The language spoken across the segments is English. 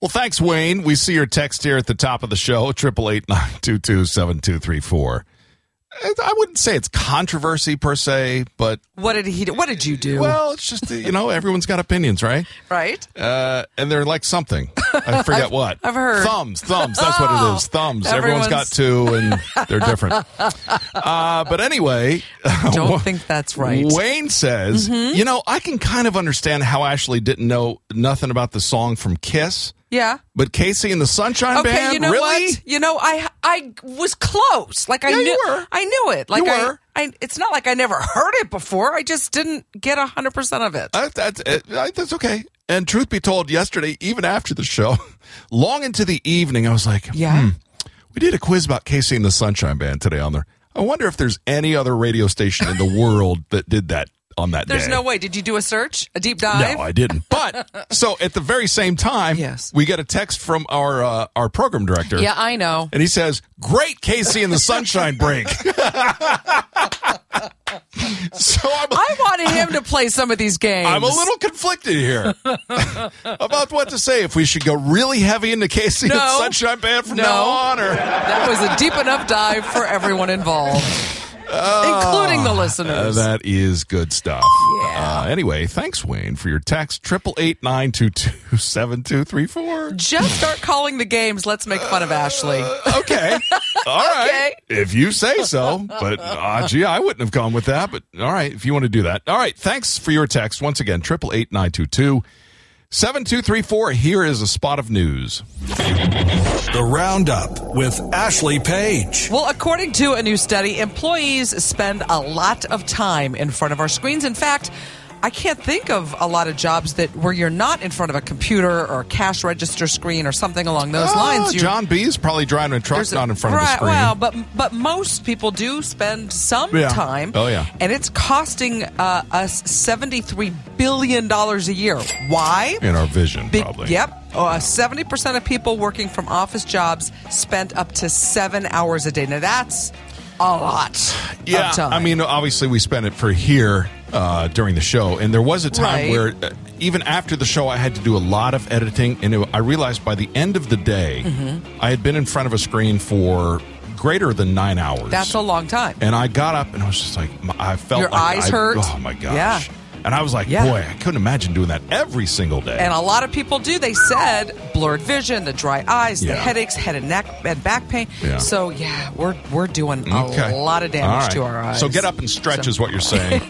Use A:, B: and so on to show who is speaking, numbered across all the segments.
A: Well, thanks, Wayne. We see your text here at the top of the show, 888-922-7234. I wouldn't say it's controversy per se, but
B: What did he? do? What did you do?
A: well, it's just, you know, everyone's got opinions, right?
B: right?
A: Uh, and they're like something. I forget what.
B: I've heard. Oh,
A: Thumbs, thumbs. That's what it is. Thumbs. Everyone's got
B: everyone's-
A: two and they're different. Uh, but anyway,
B: Don't think that's right. Mm-hmm.
A: Wayne says, you know, I can kind of understand how Ashley didn't know nothing about the song from Kiss,
B: Yeah.
A: but Casey and the Sunshine
B: Okay,
A: Band,
B: you know
A: really?
B: what? You know, I I was close. Like I
A: Yeah,
B: knew
A: you were.
B: I knew it. Like
A: You
B: I,
A: were.
B: I it's not like I never heard it before. I just didn't get 100% of it.
A: Uh, that's, uh, uh, that's okay. And truth be told, yesterday, even after the show, long into the evening, I was like, hmm,
B: yeah.
A: We did a quiz about Casey and the Sunshine Band today on there. I wonder if there's any other radio station in the world that did that on that
B: There's
A: day.
B: no way. Did you do a search? A deep dive?
A: No, I didn't. But so at the very same time,
B: Yes.
A: we get a text from our uh, our program director.
B: yeah, I know.
A: And he says, "Great Casey and the Sunshine Break." so I'm
B: I wanted him to play some of these games.
A: I'm a little conflicted here about what to say. If we should go really heavy into Casey and
B: No.
A: Sunshine Band from
B: No.
A: now on, or Uh,
B: That was a deep enough dive for everyone involved, including the
A: Uh,
B: listeners.
A: that is good stuff.
B: Yeah.
A: Uh, anyway, thanks, Wayne, for your text. Triple eight nine two two seven two three four.
B: Just start calling the games. Let's make fun of Ashley.
A: Okay. All right.
B: Okay.
A: If you say so. But uh, gee, I wouldn't have gone with that. But all right, if you want to do that. All right. Thanks for your text once again. Triple eight nine two two seven two three four. Here is a spot of news.
C: The Roundup with Ashley Page.
B: Well, according to a new study, employees spend a lot of time in front of our screens. In fact, I can't think of a lot of jobs that where you're not in front of a computer or a cash register screen or something along those
A: Ah,
B: lines. You're-
A: John B is probably driving a truck
B: there's a-
A: not in front of the
B: right,
A: screen.
B: Well, but but most people do spend some
A: Yeah.
B: time.
A: Oh, yeah.
B: and it's costing uh, us seventy three billion dollars a year. Why?
A: in our vision,
B: Big-
A: probably.
B: Yep. Oh, uh, Seventy percent of people working from office jobs spent up to seven hours a day. Now that's a lot.
A: Yeah,
B: of time.
A: I mean, obviously we spent it for here uh, during the show, and there was a time
B: Right.
A: where uh, even after the show, I had to do a lot of editing, and it, I realized by the end of the day,
B: Mm-hmm.
A: I had been in front of a screen for greater than nine hours.
B: that's a long time.
A: And I got up, and I was just like, my- I felt
B: Your
A: like
B: eyes
A: I-
B: hurt.
A: Oh my gosh!
B: Yeah.
A: And I was like,
B: Yeah.
A: boy, I couldn't imagine doing that every single day.
B: And a lot of people do. They said blurred vision, the dry eyes,
A: Yeah.
B: the headaches, head and neck and back pain.
A: Yeah.
B: So yeah, we're we're doing a
A: Okay.
B: lot of damage
A: All right.
B: to our eyes.
A: So get up and stretch is what you're saying.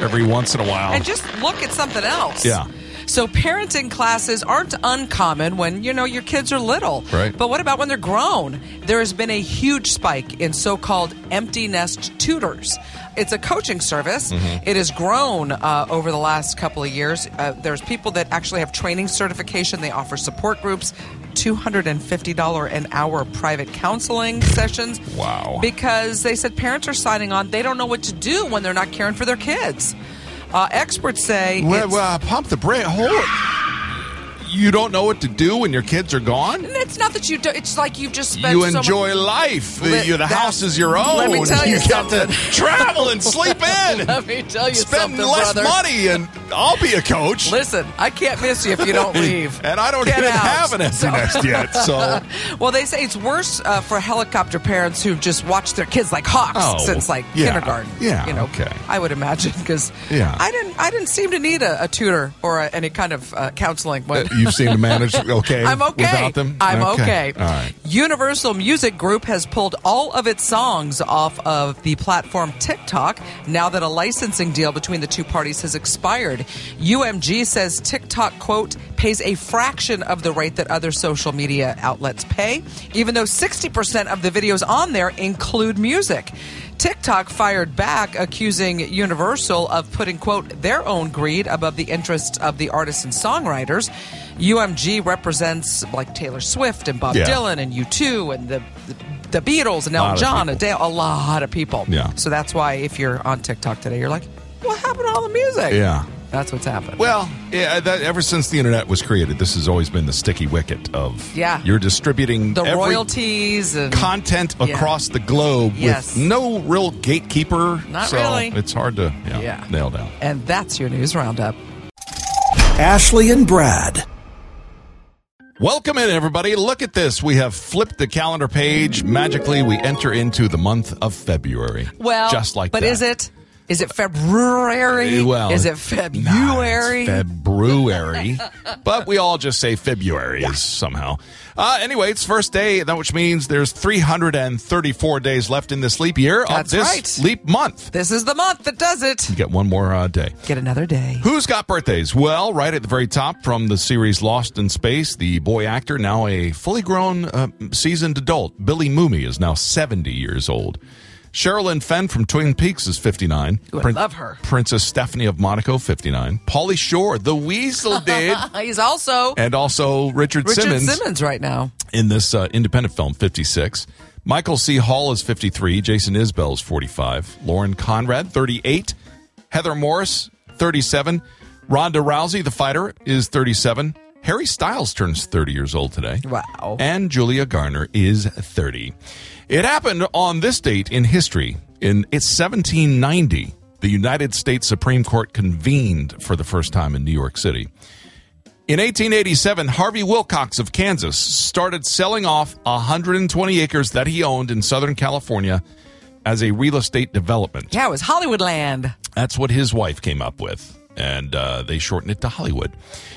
A: Every once in a while.
B: and just look at something else.
A: Yeah.
B: So parenting classes aren't uncommon when you know your kids are little.
A: Right.
B: But what about when they're grown? There has been a huge spike in so-called empty nest tutors. It's a coaching service.
A: Mm-hmm.
B: It has grown uh, over the last couple of years. Uh, there's people that actually have training certification. They offer support groups, two hundred and fifty dollar an hour private counseling sessions.
A: Wow.
B: Because they said parents are signing on. They don't know what to do when they're not caring for their kids. Uh, experts say
A: Well,
B: it's,
A: well, pump the brake. Hold it. You don't know what to do when your kids are gone.
B: it's not that you do. It's like you've just spent
A: You
B: so much-
A: enjoy life.
B: Let-
A: you, the
B: that-
A: house is your own.
B: let me tell you
A: got to
B: something.
A: travel and sleep in.
B: Let me tell you
A: Spend
B: something,
A: less
B: brother.
A: money, and I'll be a coach.
B: Listen, I can't miss you if you don't leave.
A: And I don't
B: Get
A: even
B: out.
A: have an empty nest yet. So
B: Well, they say it's worse uh, for helicopter parents who've just watched their kids like hawks
A: Oh,
B: since like
A: yeah.
B: kindergarten.
A: Yeah,
B: you know,
A: okay.
B: I would imagine because
A: Yeah.
B: I didn't. I didn't seem to need a, a tutor or a, any kind of uh, counseling. When
A: you seem to manage okay.
B: I'm okay.
A: without them.
B: I'm okay.
A: All right.
B: Universal Music Group has pulled all of its songs off of the platform TikTok now that a licensing deal between the two parties has expired. UMG says TikTok, quote, pays a fraction of the rate that other social media outlets pay, even though 60% of the videos on there include music. TikTok fired back, accusing Universal of putting, quote, their own greed above the interests of the artists and songwriters. UMG represents like Taylor Swift and Bob
A: Yeah.
B: Dylan and U2 and the, the Beatles and
A: Lot
B: Elton
A: of
B: John,
A: people.
B: Adele, a lot of people.
A: Yeah.
B: So that's why if you're on TikTok today, you're like, what happened to all the music?
A: Yeah.
B: That's what's happened.
A: Well, yeah, that, ever since the internet was created, this has always been the sticky wicket of
B: Yeah.
A: you're distributing
B: the
A: every
B: royalties and.
A: content across the globe
B: Yes.
A: with no real gatekeeper.
B: Not
A: so
B: really.
A: It's hard to yeah,
B: Yeah.
A: nail down.
B: and that's your news roundup.
C: Ashley and Brad.
A: Welcome in, everybody. Look at this. We have flipped the calendar page. Magically, we enter into the month of February.
B: Well,
A: just like
B: but
A: that.
B: is it? Is it February?
A: Eh, Well,
B: is it
A: Nah,
B: February?
A: it's February. but we all just say February somehow. Uh, anyway, it's first day, that which means there's 334 days left in this leap year
B: That's
A: of this
B: right.
A: leap month.
B: this is the month that does it.
A: Get one more uh, day.
B: Get another day.
A: Who's got birthdays? Well, right at the very top from the series Lost in Space, the boy actor, now a fully grown, uh, seasoned adult, Billy Mooney, is now 70 years old. Sherilyn Fenn from Twin Peaks is 59.
B: Ooh, I love her.
A: Princess Stephanie of Monaco, 59. Polly Shore, the Weasel did.
B: Uh, He's also
A: and also Richard,
B: Richard
A: Simmons,
B: Simmons. right now.
A: in this uh, independent film, 56. Michael C. Hall is 53. Jason Isbell is 45. Lauren Conrad, 38. Heather Morris, 37. Ronda Rousey, the fighter, is 37. Harry Styles turns 30 years old today.
B: Wow.
A: And Julia Garner is 30. It happened on this date in history. In it's 1790, the United States Supreme Court convened for the first time in New York City. In 1887, Harvey Wilcox of Kansas started selling off 120 acres that he owned in Southern California as a real estate development.
B: Yeah, it was Hollywoodland.
A: That's what his wife came up with, and uh, they shortened it to Hollywood.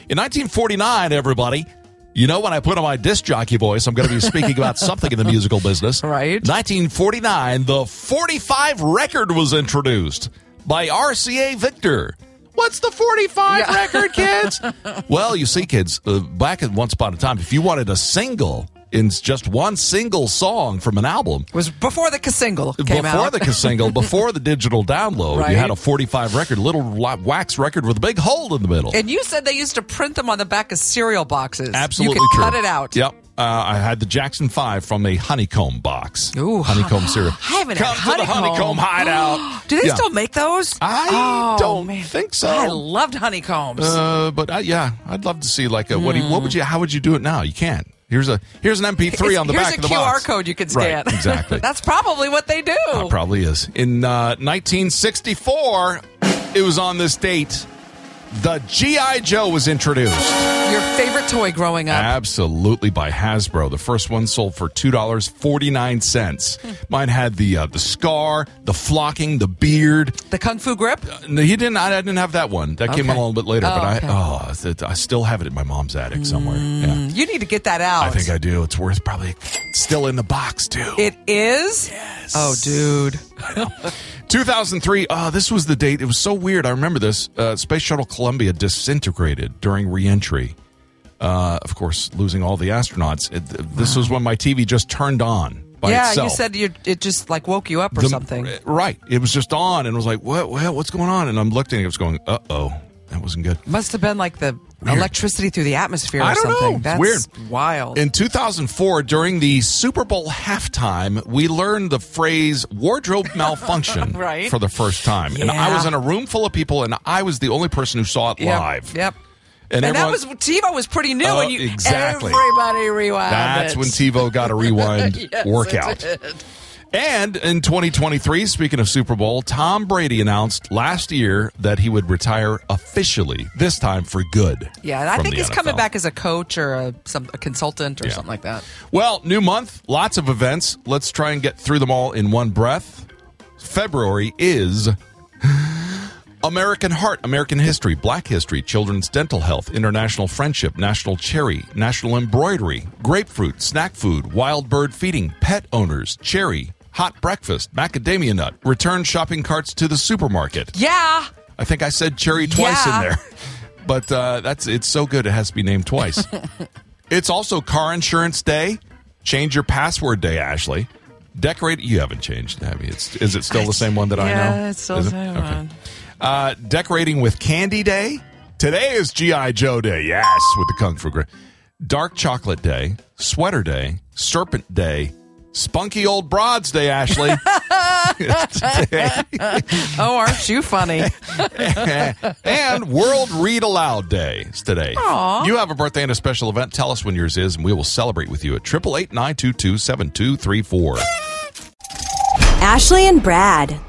A: In 1949, everybody, you know when I put on my disc jockey voice, I'm going to be speaking about something in the musical business.
B: Right.
A: 1949, the 45 record was introduced by RCA Victor. What's the 45
B: Yeah.
A: record, kids? well, you see, kids, uh, back at once upon a time, if you wanted a single in just one single song from an album,
B: It was before the single came
A: before
B: out.
A: the single, before the digital download,
B: Right.
A: you had a 45 record, little li- wax record with a big hole in the middle.
B: and you said they used to print them on the back of cereal boxes.
A: Absolutely
B: you could
A: true.
B: Cut it out.
A: Yep. Uh, I had the Jackson Five from a honeycomb box.
B: Ooh.
A: honeycomb syrup.
B: I haven't
A: Come
B: had honeycomb.
A: to the honeycomb hideout.
B: Do they
A: Yeah.
B: still make those?
A: I
B: Oh,
A: don't
B: man.
A: think so.
B: I loved honeycombs.
A: Uh, but I, yeah, I'd love to see like a what? Do you, what would you? How would you do it now? You can't. Here's a here's an MP3
B: Hmm. It's-
A: on the
B: here's
A: back
B: a
A: of the
B: QR
A: box.
B: code you can scan.
A: Right, exactly.
B: That's probably what they do.
A: It probably is. In uh, 1964, it was on this date. The GI Joe was introduced.
B: Your favorite toy growing up.
A: Absolutely by Hasbro. The first one sold for two dollars forty nine cents. Mine had the uh, the scar, the flocking, the beard.
B: the Kung Fu Grip?
A: No, he didn't. I, I didn't have that one. That came
B: Okay.
A: a little bit later.
B: Oh,
A: but
B: okay.
A: I oh, it- I still have it in my mom's attic somewhere. Yeah.
B: You need to get that out.
A: I think I do. It's worth probably still in the box too.
B: it is? Yes. Oh, dude.
A: 2003. Oh, this was the date. It was so weird. I remember this. Uh, Space Shuttle Columbia disintegrated during reentry. Uh, of course, losing all the astronauts. It, th- this was when my TV just turned on by
B: yeah,
A: itself.
B: you said you, it just like woke you up or
A: The-
B: something.
A: uh, Right. It was just on, and it was like, what? what what's going on? And I'm looking, and it was going, uh oh, that wasn't good.
B: Must have been like the electricity through the atmosphere or
A: I don't know.
B: something.
A: It's
B: That's
A: weird.
B: wild.
A: In 2004, during the Super Bowl halftime, we learned the phrase wardrobe malfunction
B: Right.
A: for the first time. And I
B: Yeah.
A: was in a room full of people, and I was the only person who saw it
B: Yep,
A: live.
B: Yep.
A: And,
B: And,
A: everyone-
B: that was TiVo was pretty new,
A: Oh,
B: and you
A: exactly.
B: everybody rewound.
A: That's
B: it.
A: when TiVo got a rewind
B: Yes, it
A: workout.
B: did.
A: And in 2023, speaking of Super Bowl, Tom Brady announced last year that he would retire officially, this time for good.
B: Yeah, and I
A: from
B: think
A: the
B: he's coming
A: NFL.
B: back as a coach or a, some, a consultant or something like that.
A: Well, new month, lots of events. Let's try and get through them all in one breath. February is American Heart, American History, Black History, Children's Dental Health, International Friendship, National Cherry, National Embroidery, Grapefruit, Snack Food, Wild Bird Feeding, Pet Owners, Cherry, Hot Breakfast, Macadamia Nut, Return Shopping Carts to the Supermarket.
B: Yeah.
A: I think I said cherry twice
B: Yeah.
A: in there. But uh, that's it's so good it has to be named twice. it's also car insurance day. Change your password day, Ashley. Decorate you haven't changed, have you? It's, is it still the same one that I know?
B: Yeah, it's still
A: Is
B: the
A: it?
B: same
A: Okay.
B: one.
A: Uh, decorating with candy day. Today is GI Joe day. Yes, with the kung fu grip. Dark chocolate day, sweater day, serpent day, spunky old broads day, Ashley.
B: Oh, aren't you funny?
A: and World Read Aloud Day is today. You have a birthday and a special event. Tell us when yours is, and we will celebrate with you at 888 922 7234.
D: Ashley and Brad.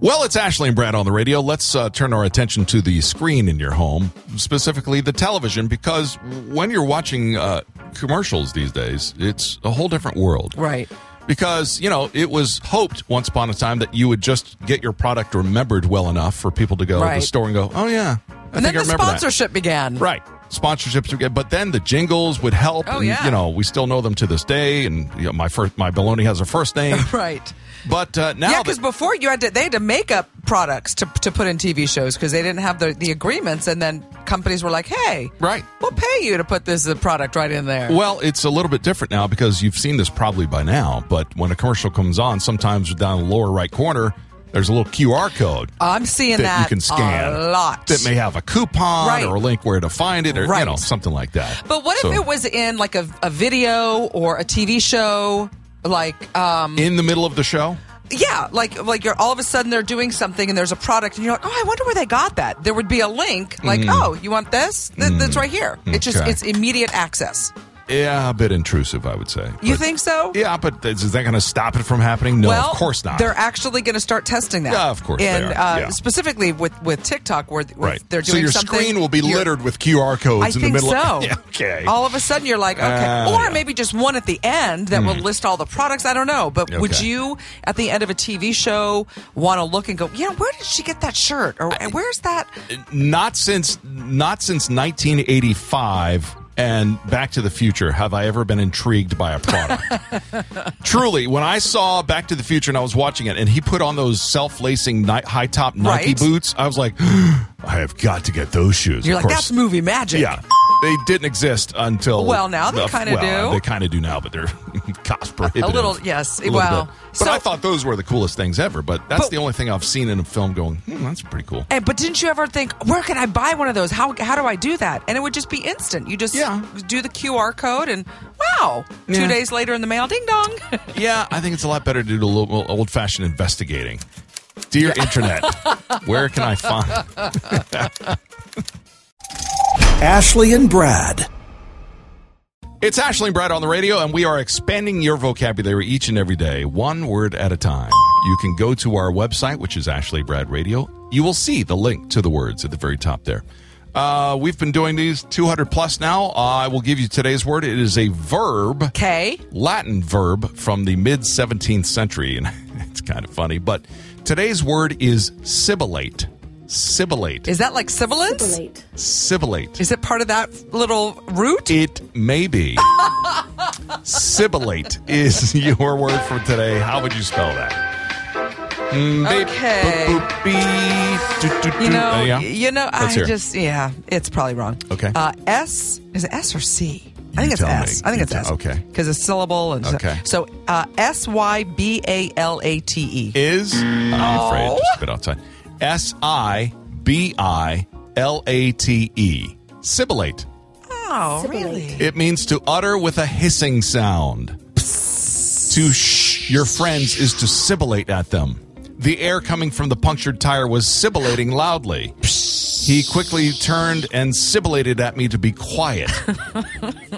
A: Well, it's Ashley and Brad on the radio. Let's uh, turn our attention to the screen in your home, specifically the television, because when you're watching uh, commercials these days, it's a whole different world.
B: Right.
A: Because, you know, it was hoped once upon a time that you would just get your product remembered well enough for people to go to
B: Right.
A: the store and go, oh, yeah. I
B: And then
A: think I
B: the
A: remember that."
B: sponsorship began.
A: Right. Sponsorships would get, but then the jingles would help.
B: Oh,
A: and,
B: yeah.
A: You know, we still know them to this day. And you know, my first, my baloney has a first name.
B: Right.
A: But uh, now,
B: Yeah,
A: that-
B: because before you had to, they had to make up products to, to put in TV shows because they didn't have the, the agreements, and then companies were like, "Hey,
A: Right.
B: we'll pay you to put this uh, product right in there."
A: Well, it's a little bit different now because you've seen this probably by now. But when a commercial comes on, sometimes down the lower right corner, there's a little QR code
B: I'm seeing
A: that,
B: that,
A: you can scan
B: a lot.
A: that may have a coupon
B: Right.
A: or a link where to find it or you
B: Right.
A: know something like that.
B: but what
A: So,
B: if it was in like a, a video or a TV show? Like, um,
A: in the middle of the show?
B: yeah, like, like you're all of a sudden they're doing something and there's a product and you're like, oh, I wonder where they got that. There would be a link like, oh, you want this? Th- That's right here. It's just
A: Mm-hmm. Mm. Okay.
B: it's immediate access.
A: Yeah, a bit intrusive, I would say.
B: You
A: But-
B: think so?
A: Yeah, but is is that going to stop it from happening? No,
B: well,
A: of course not.
B: They're actually going to start testing that.
A: Yeah, of course they
B: And
A: are.
B: Uh,
A: Yeah.
B: specifically with with TikTok, where, where
A: right.
B: they're doing
A: so your
B: something.
A: screen will be
B: you're-
A: littered with QR codes
B: I
A: in the
B: think
A: middle.
B: so.
A: Of, Yeah, okay.
B: All of a sudden, you're like, okay,
A: Ah,
B: or
A: yeah. Hmm.
B: maybe just one at the end that will list all the products. I don't know, but would
A: Okay.
B: you at the end of a TV show want to look and go, you know, where did she get that shirt, or where's that?
A: not since not since 1985 and Back to the Future have I ever been intrigued by a product. Truly, when I saw Back to the Future and I was watching it, and he put on those self-lacing ni- high-top Nike
B: Right.
A: boots, I was like, I have got to get those shoes. Of
B: You're like,
A: course-
B: that's movie magic.
A: Yeah. They didn't exist until.
B: Well, now they
A: the-
B: kinda
A: well,
B: do.
A: They kind of do now, but they're cost prohibitive.
B: little- yes,
A: little
B: wow.
A: bit. But
B: So-
A: I thought those were the coolest things ever. But that's
B: But-
A: the only thing I've seen in a film. Going, hmm, that's pretty cool.
B: And, but didn't you ever think, where can I buy one of those? How how do I do that? And it would just be instant. You just
A: Yeah.
B: do the QR code, and wow,
A: Yeah.
B: two days later in the mail, ding dong.
A: Yeah, I think it's a lot better to do a little old fashioned investigating. Dear Internet, where can I find?
C: Ashley and Brad.
A: It's Ashley and Brad on the radio, and we are expanding your vocabulary each and every day, one word at a time. You can go to our website, which is Ashley Brad Radio. You will see the link to the words at the very top there. Uh, we've been doing these 200 plus now. Uh, I will give you today's word. It is a verb.
B: Okay,
A: Latin verb from the mid 17th century, and it's kind of funny, but today's word is sibilate. Sibilate.
B: is that like sibilance?
D: Relate.
A: Sibilate.
B: Is it part of that little root?
A: It may be. sibilate is your word for today. How would you spell that? Mm,
B: Okay. You know,
A: Uh, yeah.
B: you know,
A: Let's
B: I
A: hear it.
B: just yeah, it's probably wrong.
A: Okay.
B: Uh, S is it S or C? I
A: You
B: think it's
A: tell me.
B: S. I think
A: You
B: it's
A: tell-
B: S.
A: okay.
B: Because it's syllable and so-
A: Okay.
B: so uh, S Y B A L A T E.
A: Is, I'm afraid,
B: Oh.
A: just a bit outside. S I B I L A T E. Sibilate.
B: Oh, really?
A: It means to utter with a hissing sound. To shh your friends is to sibilate at them. The air coming from the punctured tire was sibilating loudly. He quickly turned and sibilated at me to be quiet.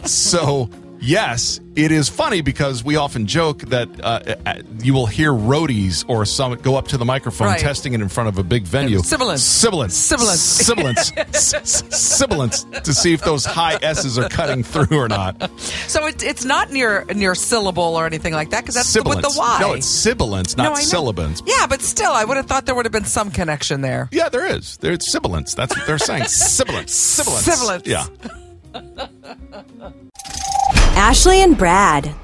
A: so, yes, it is funny because we often joke that uh, uh, you will hear roadies or some go up to the microphone
B: Right.
A: testing it in front of a big venue.
B: Sibilance.
A: Sibilance
B: Sibilance.
A: sibilance, S- s- sibilance, to see if those high S's are cutting through or not.
B: So it, it's not near near syllable or anything like that because that's
A: sibilance.
B: with the Y.
A: No, it's sibilance,
B: No,
A: not
B: I know.
A: sibilance.
B: Yeah, but still, I would have thought there would have been some connection there.
A: Yeah, there is. There's sibilance. That's what they're saying. Sibilance. Sibilance.
B: Sibilance.
A: Yeah.
D: Ashley and Brad.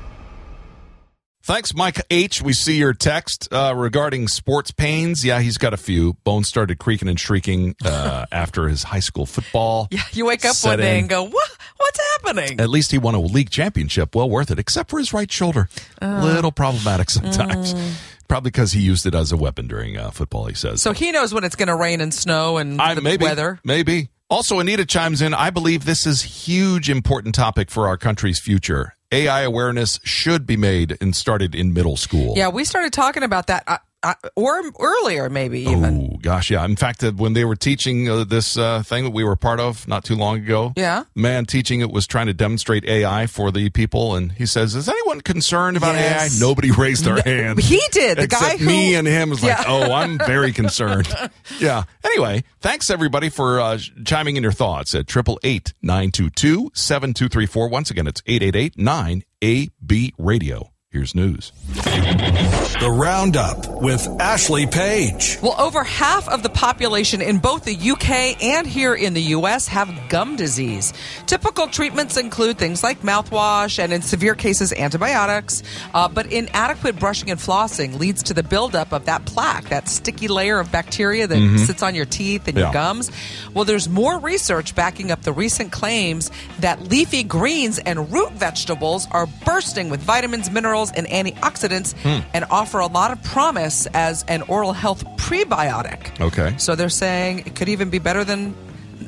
A: Thanks, Mike H. We see your text uh, regarding sports pains. Yeah, he's got a few. Bones started creaking and shrieking uh, after his high school football.
B: Yeah, you wake up
A: set
B: one day
A: in.
B: and go, what? What's happening?
A: At least he won a league championship. Well worth it, except for his right shoulder.
B: Ah.
A: Little problematic
B: Mm.
A: sometimes. Probably because he used it as a weapon during uh, football, he says.
B: so he knows when it's going to rain and snow and
A: I,
B: the
A: maybe,
B: weather.
A: Maybe. Also, Anita chimes in. I believe this is huge, important topic for our country's future. AI awareness should be made and started in middle school.
B: Yeah, we started talking about that. I, uh, or earlier, maybe even.
A: Oh gosh, yeah. In fact, uh, when they were teaching uh, this uh, thing that we were part of not too long ago,
B: Yeah.
A: the man teaching it was trying to demonstrate AI for the people, and he says, "Is anyone concerned about
B: Yes.
A: AI?" Nobody raised their hand.
B: he did. The
A: Except
B: guy who-
A: me and him is
B: Yeah.
A: like, "Oh, I'm very concerned." yeah. Anyway, thanks everybody for uh, sh- chiming in your thoughts at triple eight nine two two seven two three four. Once again, it's eight eight eight nine AB Radio. Here's news.
C: The Roundup with Ashley Page.
B: Well, over half of the population in both the UK and here in the US have gum disease. Typical treatments include things like mouthwash and, in severe cases, antibiotics. Uh, but inadequate brushing and flossing leads to the buildup of that plaque, that sticky layer of bacteria that sits on your teeth and
A: Yeah.
B: your gums. Well, there's more research backing up the recent claims that leafy greens and root vegetables are bursting with vitamins, minerals, and antioxidants and offer a lot of promise as an oral health prebiotic.
A: Okay.
B: So they're saying it could even be better than.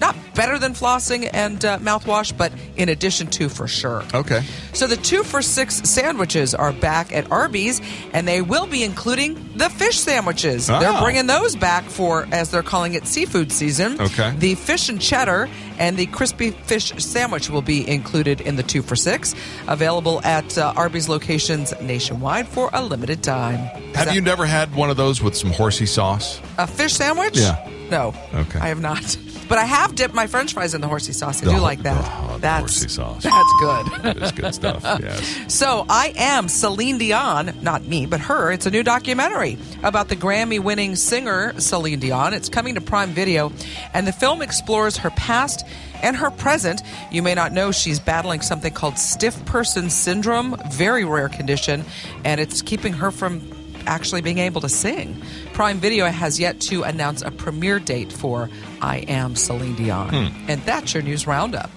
B: Not better than flossing and uh, mouthwash, but in addition to for sure.
A: Okay.
B: So the two for six sandwiches are back at Arby's, and they will be including the fish sandwiches.
A: Oh.
B: They're bringing those back for, as they're calling it, seafood season.
A: Okay.
B: The fish and cheddar and the crispy fish sandwich will be included in the two for six, available at uh, Arby's locations nationwide for a limited time. Is
A: Have
B: that-
A: you never had one of those with some horsey sauce?
B: a fish sandwich?
A: Yeah.
B: No.
A: Okay.
B: I have not. But I have dipped my French fries in the horsey sauce. I
A: The
B: do
A: ho-
B: like that.
A: the ho- the
B: that's
A: horsey sauce.
B: That's good.
A: That is good stuff. Yes.
B: So I am Celine Dion, not me, but her. It's a new documentary about the Grammy winning singer Celine Dion. It's coming to Prime Video, and the film explores her past and her present. You may not know she's battling something called stiff person syndrome, very rare condition, and it's keeping her from actually being able to sing. Prime Video has yet to announce a premiere date for I Am Celine Dion. And that's your news roundup.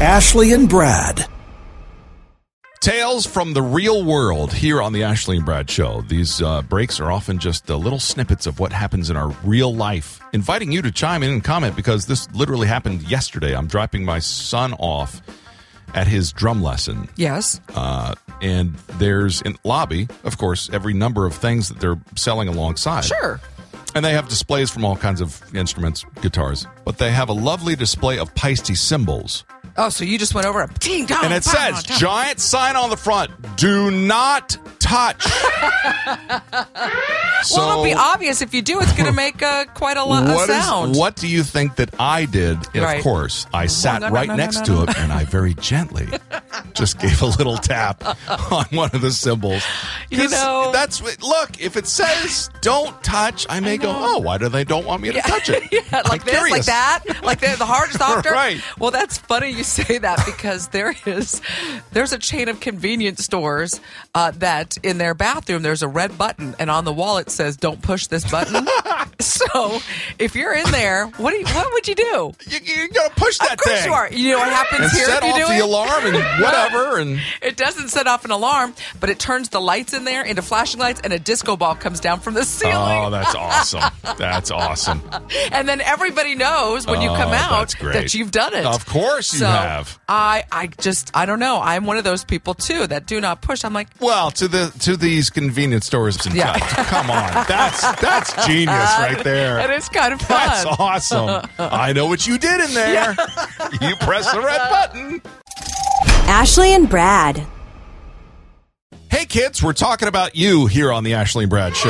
C: Ashley and Brad.
A: Tales from the real world here on the Ashley and Brad Show. These uh, breaks are often just uh, little snippets of what happens in our real life. Inviting you to chime in and comment because this literally happened yesterday. I'm dropping my son off at his drum lesson.
B: Yes.
A: Uh, and there's in lobby, of course, every number of things that they're selling alongside.
B: Sure.
A: And they have displays from all kinds of instruments, guitars, but they have a lovely display of Paiste cymbals.
B: Oh, so you just went over and ding dong.
A: and it
B: pow,
A: says
B: dong.
A: giant sign on the front do not touch so
B: well, it'll be obvious if you do. It's going to make uh, quite a lot of
A: what is-
B: sound.
A: what do you think that i did And of
B: Right.
A: course i sat
B: no, no,
A: right
B: no, no,
A: next
B: no,
A: to
B: no.
A: it and i very gently just gave a little tap on one of the cymbals 'Cause
B: You know-
A: that's what look if it says don't touch i may go oh why do they don't want me to touch it
B: Yeah,
A: I'm
B: like this, like
A: curious.
B: that, like the, the heart softer.
A: Right.
B: Well, that's funny you say that because there is there's a chain of convenience stores uh, that in their bathroom there's a red button and on the wall it says don't push this button. so if you're in there, what do you, what would you do?
A: you, you're gonna push that
B: of course
A: thing
B: you are. You know what happens
A: and
B: here
A: set
B: if you
A: off
B: do
A: the
B: it?
A: alarm and whatever and
B: It doesn't set off an alarm, but it turns the lights in there into flashing lights, and a disco ball comes down from the
A: Oh,
B: ceiling.
A: that's awesome. That's awesome.
B: and then everybody knows when you come
A: Oh,
B: out
A: that's great.
B: that you've done it.
A: Of course you
B: So,
A: have.
B: I, I just, I don't know. I'm one of those people too that do not push. I'm like,
A: Well, to the to these convenience stores and
B: Yeah.
A: such. Come on. That's that's genius right there.
B: and it's kind of fun.
A: that's awesome. I know what you did in there. You press the red button.
D: Ashley and Brad.
A: Hey kids, we're talking about you here on the Ashley and Brad show.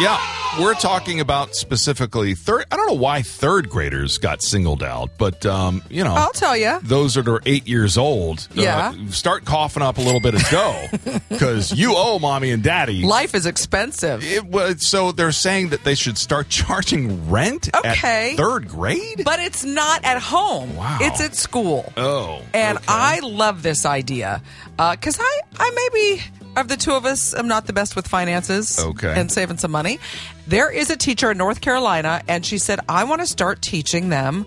A: Yeah, we're talking about specifically third I don't know why third graders got singled out, but um, you know.
B: I'll tell you.
A: those that are eight years old,
B: Yeah.
A: uh, start coughing up a little bit of dough because you owe mommy and daddy.
B: Life is expensive.
A: It was, so they're saying that they should start charging rent
B: Okay.
A: at third grade?
B: But it's not at home.
A: Wow.
B: It's at school.
A: oh.
B: And
A: okay.
B: I love this idea because I, I maybe of the two of us, I'm not the best with finances
A: Okay.
B: and saving some money. There is a teacher in North Carolina, and she said, I want to start teaching them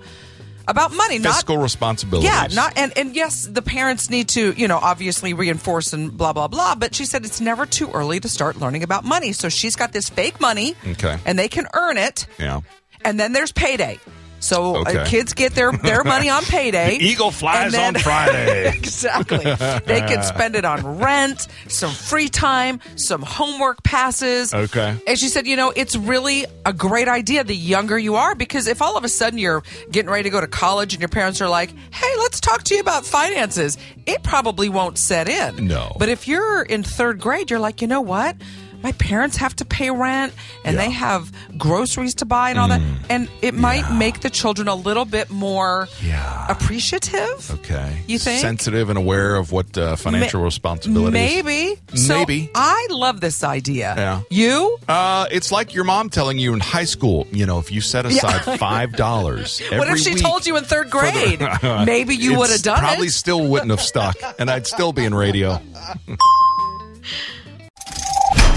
B: about money, not
A: Fiscal responsibilities.
B: yeah, not and and yes, the parents need to, you know, obviously reinforce and blah blah blah, but she said it's never too early to start learning about money. So she's got this fake money
A: Okay.
B: and they can earn it.
A: Yeah.
B: And then there's payday. So
A: Okay.
B: uh, kids get their, their money on payday.
A: The eagle flies on Friday.
B: exactly. They can spend it on rent, some free time, some homework passes.
A: Okay.
B: And she said, you know, it's really a great idea the younger you are because if all of a sudden you're getting ready to go to college and your parents are like, hey, let's talk to you about finances, it probably won't set in.
A: No.
B: But if you're in third grade, you're like, you know what? My parents have to pay rent and they have groceries to buy and all
A: Mm.
B: that. And it might make the children a little bit more
A: Yeah.
B: appreciative.
A: Okay.
B: You think?
A: Sensitive and aware of what uh, financial
B: Ma-
A: responsibilities.
B: Maybe. So
A: Maybe.
B: I love this idea.
A: Yeah.
B: You?
A: Uh, it's like your mom telling you in high school, you know, if you set aside five dollars.
B: What if she told you in third grade? Maybe you would have done
A: Probably
B: it.
A: still wouldn't have stuck, and I'd still be in radio.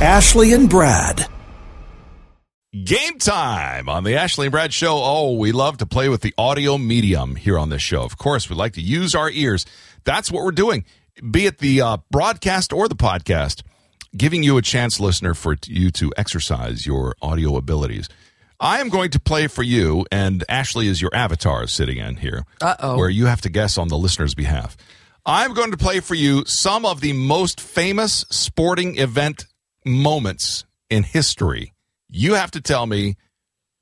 C: Ashley and Brad.
A: Game time on the Ashley and Brad Show. Oh, we love to play with the audio medium here on this show. Of course, we like to use our ears. That's what we're doing, be it the uh, broadcast or the podcast, giving you a chance, listener, for t- you to exercise your audio abilities. I am going to play for you, and Ashley is your avatar sitting in here, Uh-oh. where you have to guess on the listener's behalf. I'm going to play for you some of the most famous sporting event moments in history. You have to tell me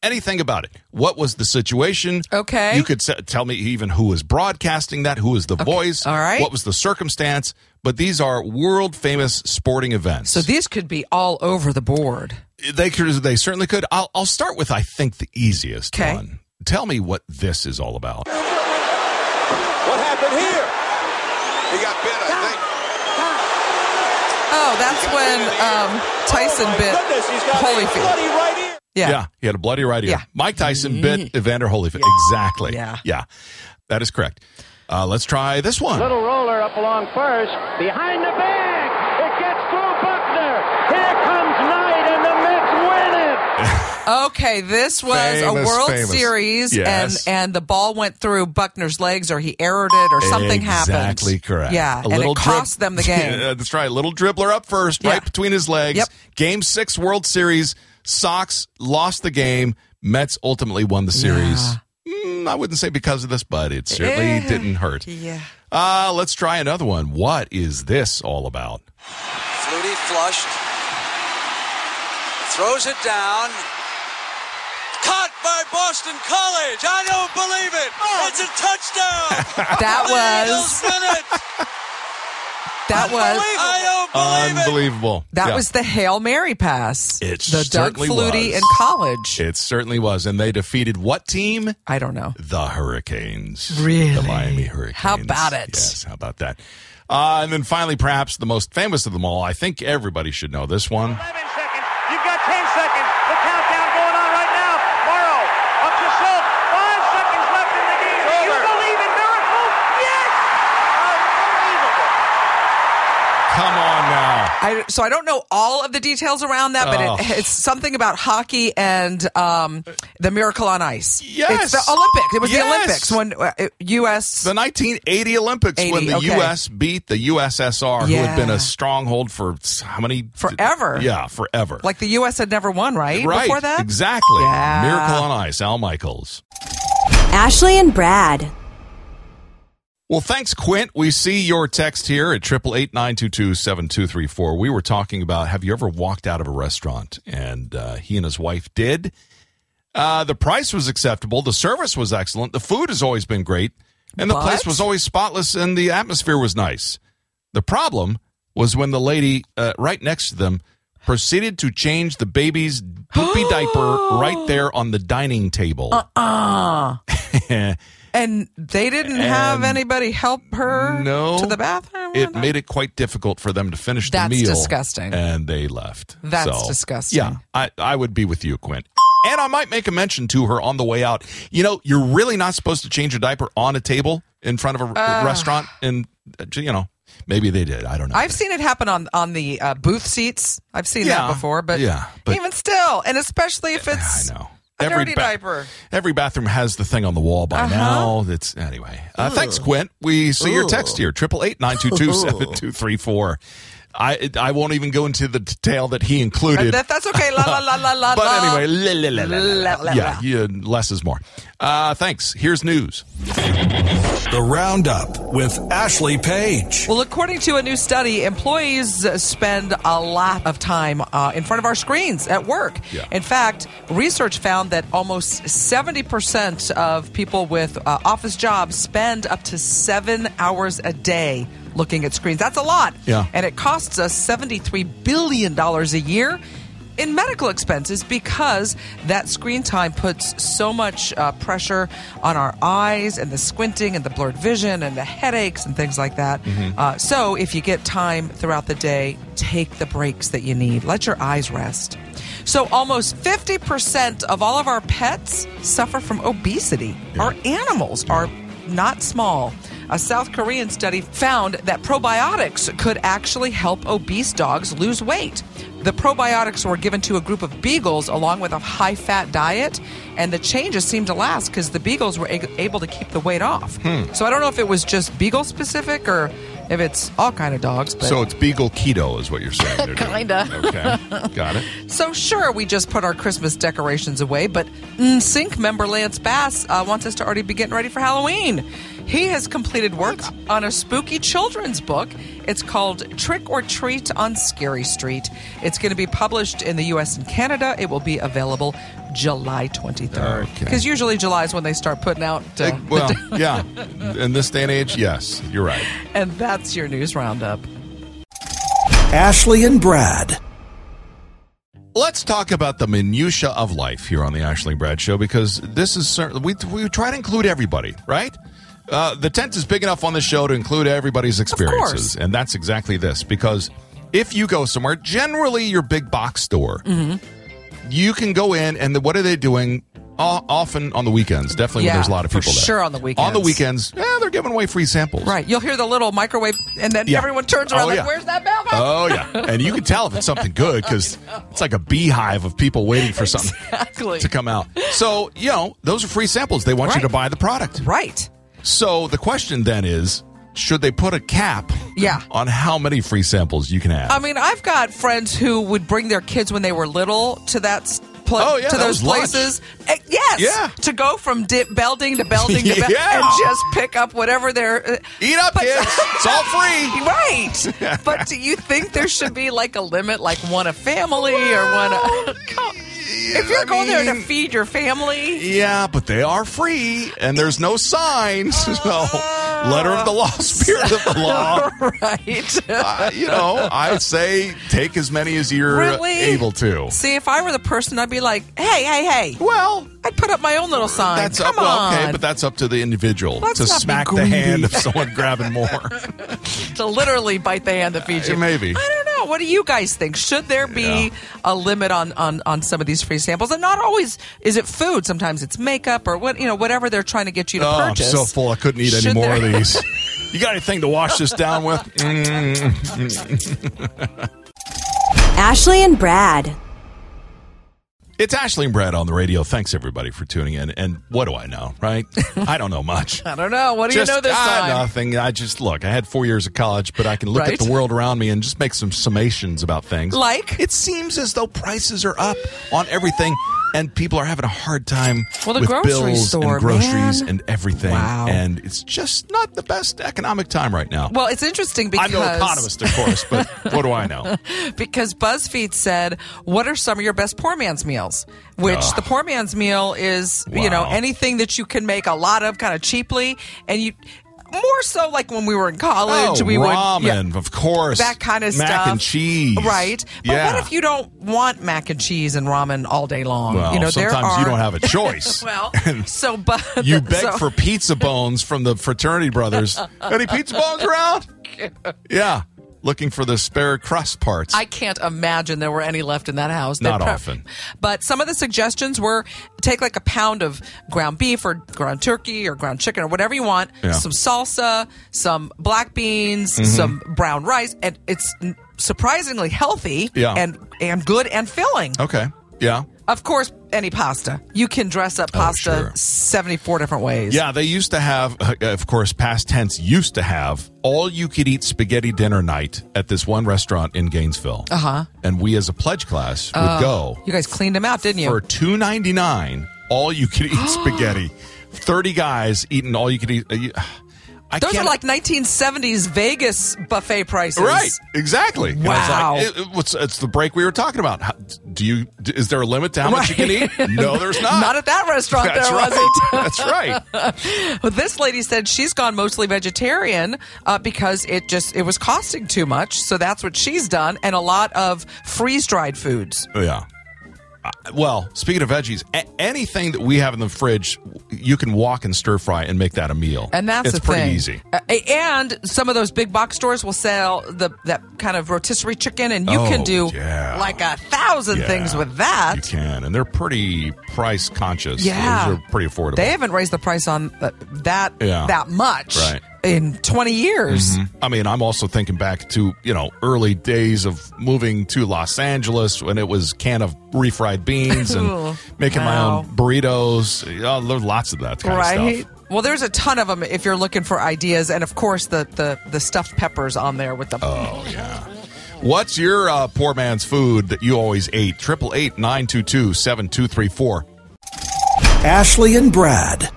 A: anything about it. What was the situation?
B: Okay.
A: You could se- tell me even who was broadcasting that, who was the voice,
B: all right.
A: what was the circumstance. But these are world famous sporting events.
B: So these could be all over the board.
A: they could, they certainly could. I'll, I'll start with I think the easiest
B: Okay.
A: one. Tell me what this is all about.
E: What happened here?
F: He got bit, I think.
B: Oh, that's when um, Tyson
E: Oh, My
B: bit
E: goodness, he's got a
B: Holyfield.
E: bloody right ear.
B: Yeah.
A: he had a bloody right ear.
B: Yeah. Mm-hmm.
A: Mike Tyson bit Evander Holyfield. Exactly.
B: Yeah.
A: yeah, that is correct. Uh, let's try this one.
G: Little roller up along first, behind the bag. It gets through Buckner. Here comes Knight, and the Mets win it.
B: Okay, this was a
A: Famous,
B: World
A: famous.
B: Series,
A: Yes.
B: and and the ball went through Buckner's legs, or he errored it, or something happened.
A: Exactly correct.
B: Yeah, and it cost them the game.
A: Yeah, that's right. Little dribbler up first,
B: Yeah.
A: right between his legs.
B: Yep.
A: Game six World Series. Sox lost the game. Mets ultimately won the series. Mm, I wouldn't say because of this, but it certainly
B: Yeah.
A: didn't hurt.
B: Yeah.
A: Uh, let's try another one. What is this all about?
F: Flutie flushed. Throws it down. Caught by Boston College. I don't believe it. It's a touchdown.
B: That
F: The
B: was
F: Eagles win it.
B: that was
F: I don't believe it.
A: Unbelievable.
B: that
A: Yeah.
B: was the Hail Mary pass.
A: It
B: the Doug
A: certainly
B: Flutie
A: was.
B: in college.
A: It certainly was. And they defeated what team?
B: I don't know.
A: the Hurricanes.
B: Really?
A: The Miami Hurricanes.
B: How about it?
A: Yes, how about that? Uh, and then finally, perhaps the most famous of them all. I think everybody should know this one.
G: 11 seconds. You've got 10 seconds. The countdown going on right now. Morrow up to Schultz. Five seconds left in the game. Do you believe in miracles? Yes! Unbelievable.
A: Come on now.
B: I, so I don't know all of the details around that, but
A: Oh.
B: it, it's something about hockey and um, the Miracle on Ice.
A: Yes.
B: it's the Olympics. It was
A: Yes.
B: the Olympics when uh, U.S.
A: The 1980 Olympics
B: 80,
A: when the
B: okay.
A: U.S. beat the USSR, who had
B: Yeah.
A: been a stronghold for how many?
B: Forever.
A: Yeah, forever.
B: like the U.S. had never won, right?
A: right.
B: Before that,
A: Exactly.
B: Yeah.
A: Miracle on Ice, Al Michaels.
D: Ashley and Brad.
A: Well, thanks, Quint. We see your text here at triple eight nine two two seven two three four. We were talking about have you ever walked out of a restaurant, and uh, he and his wife did. Uh, the price was acceptable, the service was excellent, the food has always been great, and the
B: But?
A: place was always spotless, and the atmosphere was nice. The problem was when the lady uh, right next to them proceeded to change the baby's doopy diaper right there on the dining table.
B: and they didn't have anybody help her
A: No.
B: to the bathroom.
A: It made it quite difficult for them to finish
B: That's
A: the meal.
B: disgusting.
A: And they left.
B: That's
A: So,
B: disgusting.
A: Yeah, I, I would be with you, Quint. And I might make a mention to her on the way out. You know, you're really not supposed to change a diaper on a table in front of a r- restaurant. And, uh, you know, maybe they did. I don't know.
B: I've seen it happen on on the uh, booth seats. I've seen
A: Yeah.
B: that before, but,
A: Yeah, but-
B: even still, and especially if it's
A: I know.
B: a dirty diaper.
A: Every bathroom has the thing on the wall by
B: Uh-huh.
A: now. That's anyway. Uh, thanks, Quint. We see your text here. Triple eight nine two two seven two three four. I I won't even go into the detail that he included.
B: That, that's okay. La la la la la.
A: but
B: la.
A: anyway, la, la, la, la, la.
B: La, la,
A: yeah,
B: la.
A: yeah, less is more. Uh, thanks. Here's news.
C: The Roundup with Ashley Page.
B: Well, according to a new study, employees spend a lot of time uh, in front of our screens at work.
A: Yeah.
B: In fact, research found that almost 70% of people with uh, office jobs spend up to seven hours a day looking at screens. That's a lot.
A: Yeah.
B: And it costs us $73 billion a year. In medical expenses, because that screen time puts so much uh, pressure on our eyes and the squinting and the blurred vision and the headaches and things like that. Uh, so, if you get time throughout the day, take the breaks that you need. Let your eyes rest. So, almost 50% of all of our pets suffer from obesity. Our animals are not small. A South Korean study found that probiotics could actually help obese dogs lose weight. The probiotics were given to a group of beagles along with a high fat diet, and the changes seemed to last because the beagles were a- able to keep the weight off. So I don't know if it was just beagle specific or if it's all kind of dogs. But
A: So it's Beagle Keto, is what you're saying. kind
B: Kinda.
A: Okay, got it.
B: So sure, we just put our Christmas decorations away, but NSYNC member Lance Bass uh, wants us to already be getting ready for Halloween. He has completed work on a spooky children's book. It's called Trick or Treat on Scary Street. It's going to be published in the U.S. and Canada. It will be available July 23rd.
A: Okay.
B: Because usually July is when they start putting out. Uh,
A: Eh, well, yeah. In this day and age, yes, you're right.
B: and that's your news roundup.
C: Ashley and Brad.
A: Let's talk about the minutia of life here on the Ashley and Brad Show because this is certainly we we try to include everybody, right? Uh, the tent is big enough on the show to include everybody's experiences, and that's exactly this because if you go somewhere, generally your big box store,
B: Mm-hmm.
A: you can go in and the, what are they doing? O- often on the weekends, definitely
B: Yeah,
A: when there's a lot of
B: for
A: people there.
B: sure on the
A: On the weekends,
B: weekends.
A: eh, they're giving away free samples,
B: Right. You'll hear the little microwave, and then
A: Yeah.
B: everyone turns around
A: Oh,
B: like,
A: yeah.
B: where's that bell?
A: Oh yeah, and you can tell if it's something good because it's like a beehive of people waiting for something
B: Exactly.
A: to come out. So you know those are free samples. They want you
B: Right.
A: to buy the product.
B: Right.
A: So the question then is, should they put a cap?
B: Yeah. Um,
A: On how many free samples you can have?
B: I mean, I've got friends who would bring their kids when they were little to that s- pla-
A: Oh, yeah,
B: to
A: that was
B: those
A: lunch.
B: places. Eh, yes,
A: Yeah.
B: to go from dip belding to belding to bel-
A: Yeah.
B: and just pick up whatever they're uh,
A: Eat up,
B: but-
A: kids. it's all free.
B: Right, but do you think there should be like a limit, like one a family or one? A, Come- if you're
A: I
B: going there to
A: mean-
B: feed your family,
A: Yeah, but they are free, and there's no sign. So, letter of the law,
B: Uh,
A: spirit of the law.
B: right?
A: Uh, you know, I say take as many as you're
B: Really?
A: able to.
B: See, if I were the person, I'd be like, hey, hey, hey.
A: Well,
B: I'd put up my own little sign.
A: That's
B: Come
A: up, well, okay,
B: on.
A: but that's up to the individual
B: Let's
A: to
B: not be
A: smack the
B: greedy.
A: hand of someone grabbing more.
B: to literally bite the hand that feeds you.
A: Uh, Maybe.
B: I don't know. What do you guys think? Should there be
A: Yeah.
B: a limit on, on on some of these free samples? And not always is it food. Sometimes it's makeup or what you know whatever they're trying to get you to
A: Oh, I'm
B: purchase.
A: so full, I couldn't eat any
B: Should
A: more
B: there-
A: of these. You got anything to wash this down with? Mm.
D: Ashley and Brad.
A: It's Ashley and Brad on the radio. Thanks everybody for tuning in. And what do I know, right? I don't know much.
B: I don't know. What do
A: Just
B: you know this
A: ah,
B: time?
A: nothing. I just look. I had four years of college, but I can look
B: Right.
A: at the world around me and just make some summations about things.
B: Like?
A: it seems as though prices are up on everything, and people are having a hard time
B: Well, the
A: with
B: grocery
A: bills
B: store,
A: and groceries
B: man.
A: and everything.
B: Wow.
A: And it's just not the best economic time right now.
B: Well, it's interesting because
A: I'm no economist, of course, but what do I know?
B: because BuzzFeed said, "What are some of your best poor man's meals?" Which the poor man's meal is, you know,
A: Wow.
B: anything that you can make a lot of, kind of cheaply, and you more so like when we were in college,
A: oh,
B: we
A: ramen,
B: would yeah,
A: of course.
B: that kind of
A: mac
B: stuff,
A: and cheese,
B: right? But
A: yeah.
B: what if you don't want mac and cheese and ramen all day long?
A: Well,
B: you know, there
A: sometimes
B: are,
A: you don't have a choice.
B: well, so but
A: You beg
B: so-
A: for pizza bones from the fraternity brothers. Any pizza bones around? Yeah. Looking for the spare crust parts.
B: I can't imagine there were any left in that house.
A: Not
B: They prob-
A: often.
B: But some of the suggestions were take like a pound of ground beef or ground turkey or ground chicken or whatever you want,
A: Yeah. Mm-hmm.
B: some salsa, some black beans, some brown rice, and it's n- surprisingly healthy
A: Yeah.
B: and and good and filling.
A: okay. Yeah.
B: Of course, any pasta. You can dress up
A: Oh,
B: pasta
A: sure.
B: 74 different ways.
A: Yeah, they used to have, uh, of course, past tense used to have all you could eat spaghetti dinner night at this one restaurant in Gainesville. Uh
B: Uh-huh.
A: huh. And we, as a pledge class, would
B: Oh.
A: go
B: You guys cleaned them out, didn't you?
A: for two ninety nine. All you could eat spaghetti. Thirty guys eating all you could eat. uh, you- I
B: Those are
A: can't-
B: like 1970s Vegas buffet prices.
A: Right, exactly. And it's like,
B: Wow.
A: it- it- what's- it's the break we were talking about. How- do you? d- Is there a limit to how much you can eat? No, there's not.
B: Not at that restaurant,
A: Ah. That's
B: there
A: right.
B: wasn't.
A: That's right.
B: Well, this lady said she's gone mostly vegetarian uh, because it just it was costing too much, so that's what she's done, and a lot of freeze dried foods.
A: Oh, Yeah. Uh, Well, speaking of veggies, a- anything that we have in the fridge, you can walk and stir fry and make that a meal.
B: And that's
A: it's
B: the
A: pretty
B: thing.
A: easy.
B: Uh, and some of those big box stores will sell the that kind of rotisserie chicken, and you
A: Oh,
B: can do
A: yeah.
B: like a thousand
A: Yeah,
B: things with that.
A: You can, and they're pretty price conscious.
B: Yeah,
A: Those are pretty affordable.
B: They haven't raised the price on uh, that
A: Yeah.
B: that much
A: Right. Mm-hmm.
B: in twenty years.
A: I mean, I'm also thinking back to you know early days of moving to Los Angeles when it was can of refried beans and
B: Ooh,
A: making my
B: wow.
A: own burritos. Oh, there's lots of that kind of stuff.
B: Well, there's a ton of them if you're looking for ideas, and of course the the, the stuffed peppers on there with the.
A: Oh yeah. What's your uh, poor man's food that you always ate? Triple eight nine two two seven two three four.
C: Ashley and Brad.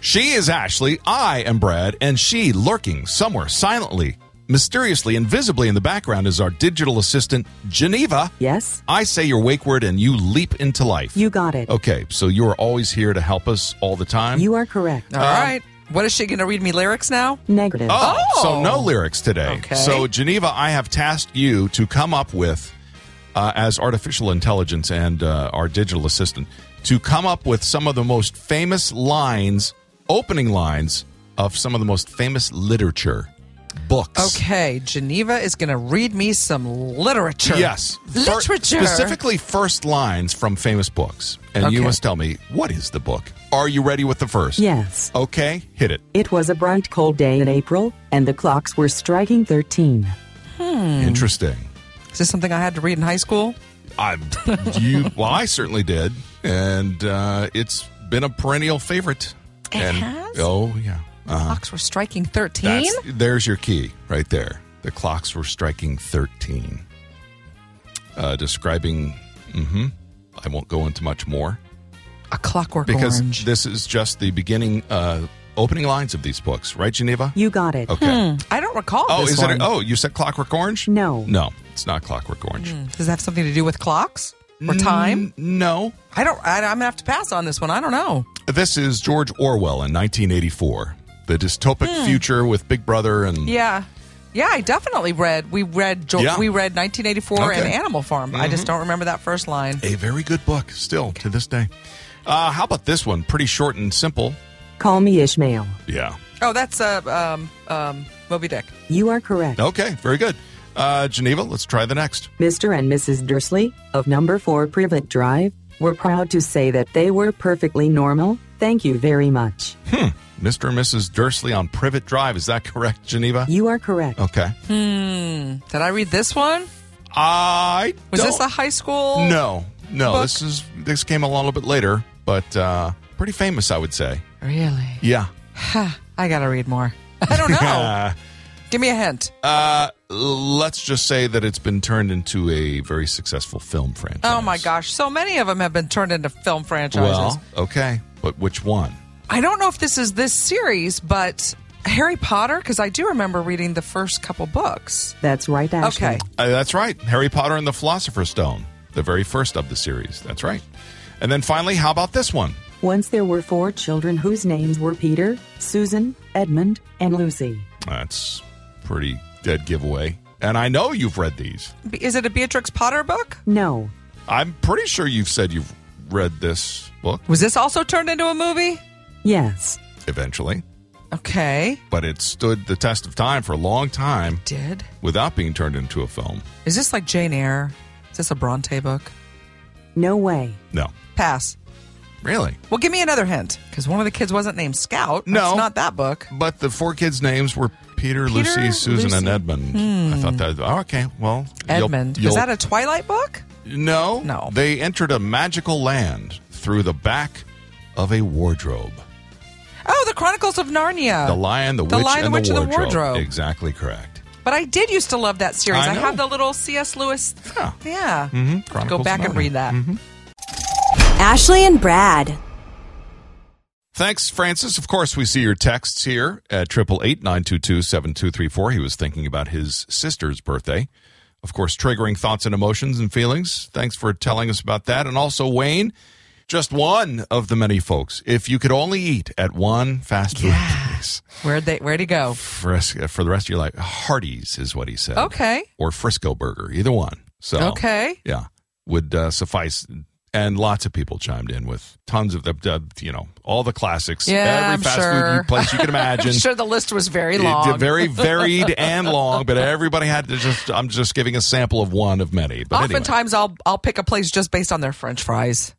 A: She is Ashley. I am Brad, and she lurking somewhere silently, mysteriously, invisibly in the background is our digital assistant Geneva.
D: Yes?
A: I say your wake word, and you leap into life.
D: You got it.
A: Okay, so you are always here to help us all the time.
D: You are correct.
A: Um,
B: All right. What is she going to read me lyrics now?
D: Negative.
A: Oh,
B: Oh.
A: so no lyrics today.
B: Okay.
A: So, Geneva, I have tasked you to come up with, uh, as artificial intelligence and uh, our digital assistant, to come up with some of the most famous lines, opening lines of some of the most famous literature, books.
B: Okay, Geneva is going to read me some literature.
A: Yes. Fir-
B: literature.
A: specifically, first lines from famous books. And you
B: Okay.
A: must tell me, what is the book? Are you ready with the first?
D: Yes.
A: Okay, hit it.
D: It was a bright cold day in April, and the clocks were striking 13.
B: Hmm.
A: Interesting.
B: Is this something I had to read in high school?
A: I, you, well, I certainly did, and uh, it's been a perennial favorite. It and,
B: has?
A: Oh yeah, uh,
B: Clocks were striking thirteen.
A: that's there's your key right there. The clocks were striking thirteen, uh, describing. hmm I won't go into much more
B: A clockwork
A: because
B: orange.
A: this is just the beginning, uh, opening lines of these books, right, Geneva?
D: You got it.
A: Okay.
B: I don't recall.
A: Oh,
B: this
A: is
B: one.
A: it? A, oh, you said Clockwork Orange?
D: No.
A: no, it's not Clockwork Orange.
B: Does it have something to do with clocks or time?
A: Mm, no,
B: I don't. I, I'm gonna have to pass on this one. I don't know.
A: This is George Orwell in 1984. The dystopic future with Big Brother and
B: Hmm. Yeah. Yeah, I definitely read. We read. Jo-
A: Yeah.
B: We read 1984 and
A: Okay. Mm-hmm.
B: Animal Farm. I just don't remember that first line.
A: a very good book still to this day. Uh, how about this one? Pretty short and simple.
D: Call me Ishmael.
A: Yeah.
B: Oh, that's uh, um, um, Moby Dick.
D: You are correct.
A: Okay, very good. Uh, Geneva, let's try the next.
D: Mr. and Mrs. Dursley of number 4 Privet Drive were proud to say that they were perfectly normal. Thank you very much.
A: Mr. and Mrs. Dursley on Privet Drive. Is that correct, Geneva?
D: You are correct.
A: Okay.
B: Did I read this one?
A: I
B: Was
A: don't-
B: this a high school?
A: no, no.
B: book?
A: This is this came a little bit later, but uh, pretty famous, I would say.
B: Really?
A: Yeah.
B: I gotta read more. I don't know. Give me a hint.
A: Uh, let's just say that it's been turned into a very successful film franchise.
B: Oh my gosh, so many of them have been turned into film franchises.
A: Well, okay, but which one?
B: I don't know if this is this series, but Harry Potter, because I do remember reading the first couple books.
D: That's right, Ashley.
B: Okay.
A: Uh, that's right, Harry Potter and the Philosopher's Stone, the very first of the series. That's right. And then finally, how about this one?
D: Once there were four children whose names were Peter, Susan, Edmund, and Lucy.
A: That's pretty dead giveaway. And I know you've read these.
B: Is it a Beatrix Potter book?
D: No.
A: I'm pretty sure you've said you've read this book
B: Was this also turned into a movie?
D: Yes.
A: eventually,
B: Okay.
A: but it stood the test of time for a long time
B: Did.
A: without being turned into a film.
B: Is this like Jane Eyre? Is this a Bronte book?
D: No way.
A: No.
B: Pass.
A: Really?
B: Well, give me another hint because one of the kids wasn't named Scout.
A: No.
B: It's not that book.
A: But the four kids' names were Peter,
B: Peter,
A: Lucy, Susan, and
B: Lucy. Hmm.
A: Edmund. I thought that. Oh, okay, well, you'll-
B: Edmund.
A: you'll-
B: Is that a Twilight book?
A: No.
B: No.
A: They entered a magical land through the back of a wardrobe.
B: Oh, the Chronicles of Narnia.
A: The Lion, the, Witch,
B: Lion,
A: and
B: Uh, the Witch,
A: the,
B: and
A: wardrobe.
B: the Wardrobe.
A: Exactly correct.
B: But I did used to love that series.
A: I
B: I,
A: know.
B: have the little C.S. Lewis.
A: Yeah.
B: Yeah.
A: Mm-hmm. Chronicles
B: Go
A: of
B: back and
A: Narnia. Mm-hmm.
B: read that.
H: Ashley and Brad.
A: Thanks, Francis. Of course, we see your texts here at 888-922-7234. He was thinking about his sister's birthday. Of course, triggering thoughts and emotions and feelings. Thanks for telling us about that. And also, Wayne, just one of the many folks. If you could only eat at one fast food place
B: Where'd they? Where'd he go?
A: for, us- for the rest of your life, Hardee's is what he said.
B: Okay.
A: Or Frisco Burger, either one. So
B: Okay.
A: yeah, would uh, suffice. And lots of people chimed in with tons of the, uh, you know, all the classics.
B: Yeah,
A: every
B: I'm
A: fast
B: sure.
A: food place you can imagine.
B: I'm sure the list was very
A: It-
B: long.
A: very varied and long, but everybody had to just. I'm just giving a sample of one of many. But anyway.
B: Oftentimes, I'll I'll pick a place just based on their French fries.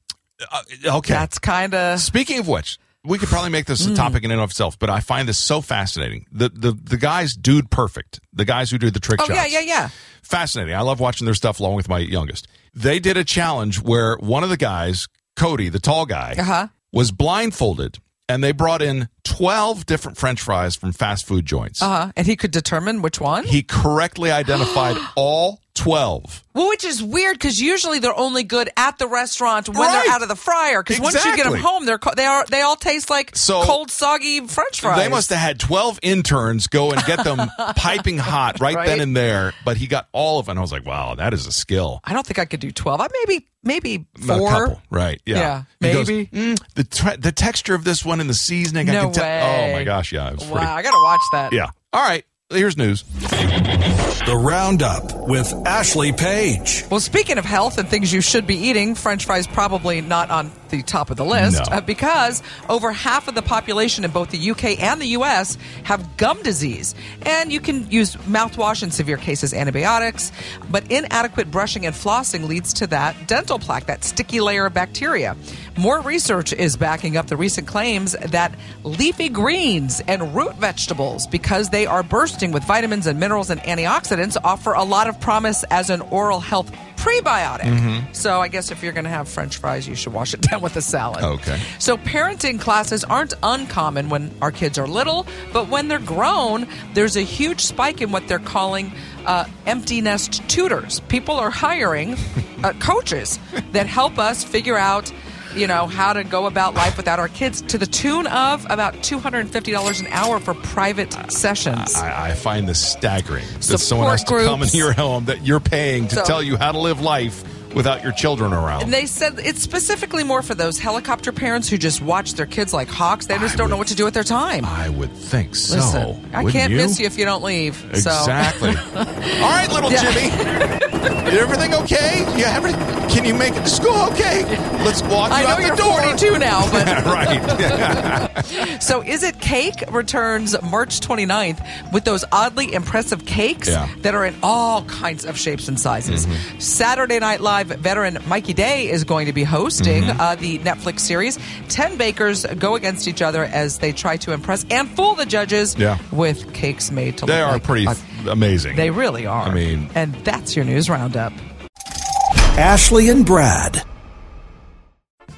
A: Uh, okay.
B: That's kind of
A: Speaking of which, we could probably make
B: Hmm.
A: this a topic in and of itself, but I find this so fascinating. The the the guys, dude, perfect. The guys who do the trick
B: Oh,
A: shots.
B: yeah, yeah, yeah.
A: Fascinating. I love watching their stuff along with my youngest. They did a challenge where one of the guys, Cody, the tall guy,
B: Uh-huh.
A: was blindfolded, and they brought in twelve different French fries from fast food joints.
B: uh, and he could determine which one.
A: He correctly identified all twelve.
B: Well, which is weird because usually they're only good at the restaurant when
A: Right.
B: they're out of the fryer. Because once you get them
A: Exactly.
B: home, they're co- they are they all taste like
A: So-
B: cold, soggy French fries.
A: They must have had 12 interns go and get them piping hot right,
B: Right?
A: then and there, but he got all of them. I was like, wow, that is a skill.
B: I don't think I could do twelve. I maybe maybe
A: About
B: four.
A: a couple, right? Yeah,
B: Yeah,
A: He goes,
B: maybe.
A: "Mm, the tre- the texture of this one and the seasoning. I
B: No
A: can tell.
B: way.
A: Oh my gosh, yeah, it was
B: Wow, I gotta watch that.
A: pretty. Yeah. All right. Here's news.
C: The Roundup with Ashley Page.
B: Well, speaking of health and things you should be eating, French fries probably not on the top of the list
A: No.
B: uh, because over half of the population in both the UK and the US have gum disease. And you can use mouthwash in severe cases, antibiotics, but inadequate brushing and flossing leads to that dental plaque, that sticky layer of bacteria. More research is backing up the recent claims that leafy greens and root vegetables, because they are bursting with vitamins and minerals and antioxidants, offer a lot of promise as an oral health prebiotic. So I guess if you're going to have french fries, you should wash it down with a salad.
A: Okay.
B: So parenting classes aren't uncommon when our kids are little, but when they're grown, there's a huge spike in what they're calling uh, empty nest tutors. People are hiring uh, coaches that help us figure out. You know, how to go about life without our kids to the tune of about $250 an hour for private sessions.
A: I, I find this staggering that someone
B: Support
A: has to come
B: groups.
A: into your home that you're paying to
B: So-
A: tell you how to live life without your children around.
B: And they said it's specifically more for those helicopter parents who just watch their kids like hawks. They just
A: I
B: don't know
A: would-
B: what to do with their time.
A: I would think so.
B: Listen, I
A: wouldn't
B: can't
A: you?
B: miss you if you don't leave.
A: Exactly. All right, little Jimmy. Everything okay? Yeah, everything. Can you make it to school okay? Let's walk
B: So I
A: you
B: know
A: out
B: you're
A: the door.
B: 42 now, but
A: Yeah, right.
B: so is it cake returns March 29th with those oddly impressive cakes
A: Yeah. Mm-hmm.
B: that are in all kinds of shapes and sizes. Saturday Night Live veteran Mikey Day is going to be hosting
A: Mm-hmm.
B: uh, the Netflix series. 10 bakers go against each other as they try to impress and fool the judges
A: Yeah.
B: with cakes made to
A: They
B: look
A: are
B: like
A: pretty
B: a
A: f- amazing.
B: They really are.
A: I mean-
B: and that's your news roundup.
C: Ashley and Brad.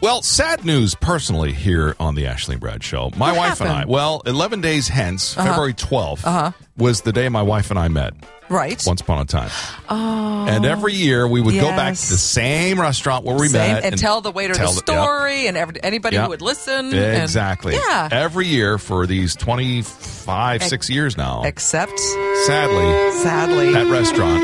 A: Well, sad news personally here on the Ashley and Brad Show. My
B: What
A: wife and I,
B: happened? Uh-huh.
A: well, 11 days hence, February 12th, was the day my wife and I met
B: Right.
A: once upon a time. Oh. And every year we would go back to
B: yes.
A: the same restaurant where we
B: Same-
A: met
B: and, tell the waiter
A: tell
B: the
A: yeah.
B: story and every, anybody
A: Yeah.
B: who would listen. and-
A: Exactly.
B: yeah.
A: Every year for these 25, 6 years now,
B: Except,
A: sadly,
B: sadly,
A: that restaurant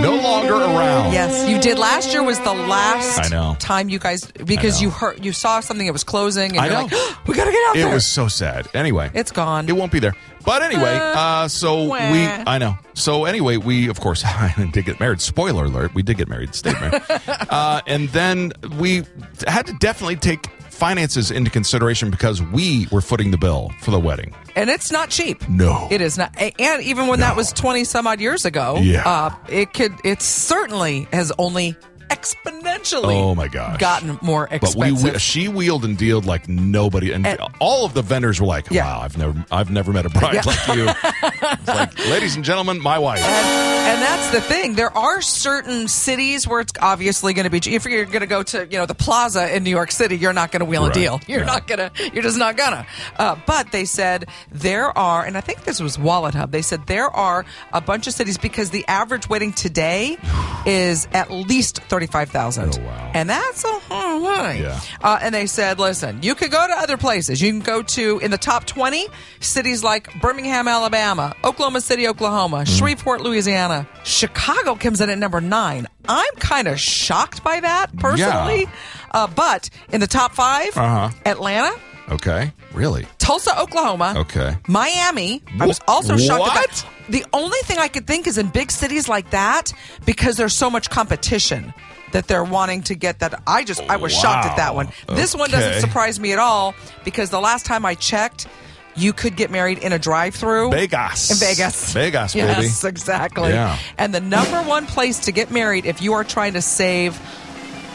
A: no longer around.
B: yes, you did. Last year was the last
A: I know.
B: time you guys because
A: know.
B: you heard you saw something that was closing. And
A: I
B: you're
A: know.
B: like, "Ah, we gotta get out
A: It
B: there.
A: was so sad. Anyway,
B: It's gone.
A: It won't be there. But anyway, uh, so
B: wah.
A: we, I know. So anyway, we, of course, did get married. Spoiler alert, we did get married, stayed married. uh, and then we had to definitely take finances into consideration because we were footing the bill for the wedding.
B: and it's not cheap.
A: No.
B: it is not. A- And even when that
A: No.
B: was twenty some odd years ago,
A: Yeah.
B: uh, it could. It certainly has only exponentially.
A: Oh, my gosh.
B: gotten more
A: But we,
B: expensive.
A: we she wheeled and dealed like nobody, and
B: And-
A: all of the vendors were like,
B: Yeah.
A: "Wow, I've never I've never met a bride like you." It's like, ladies and gentlemen, my wife.
B: And that's the thing. There are certain cities where it's obviously going to be. If you're going to go to, you know, the plaza in New York City, you're not going to wheel
A: Right.
B: a deal. You're
A: Yeah.
B: not going to. You're just not going to. Uh, but they said there are, and I think this was Wallet Hub. They said there are a bunch of cities because the average wedding today is at least thirty-five thousand.
A: Oh, wow.
B: And that's a lot of money.
A: Yeah.
B: Uh, and they said, listen, you could go to other places. You can go to, in the top 20, cities like Birmingham, Alabama, Oklahoma City, Oklahoma,
A: Mm-hmm.
B: Shreveport, Louisiana. Chicago comes in at number nine. I'm kind of shocked by that personally. Uh, but in the top 5
A: Uh-huh.
B: Atlanta,
A: Okay. Really?
B: Tulsa, Oklahoma.
A: Okay.
B: Miami. I was
A: Wh-
B: also shocked
A: what?
B: about. The only thing I could think is in big cities like that because there's so much competition that they're wanting to get that. I just I was shocked at that one.
A: Wow.
B: This one doesn't
A: Okay.
B: surprise me at all because the last time I checked, you could get married in a drive-through.
A: Vegas.
B: In Vegas.
A: Vegas, baby.
B: Yes, exactly.
A: Yeah.
B: And the number one place to get married if you are trying to save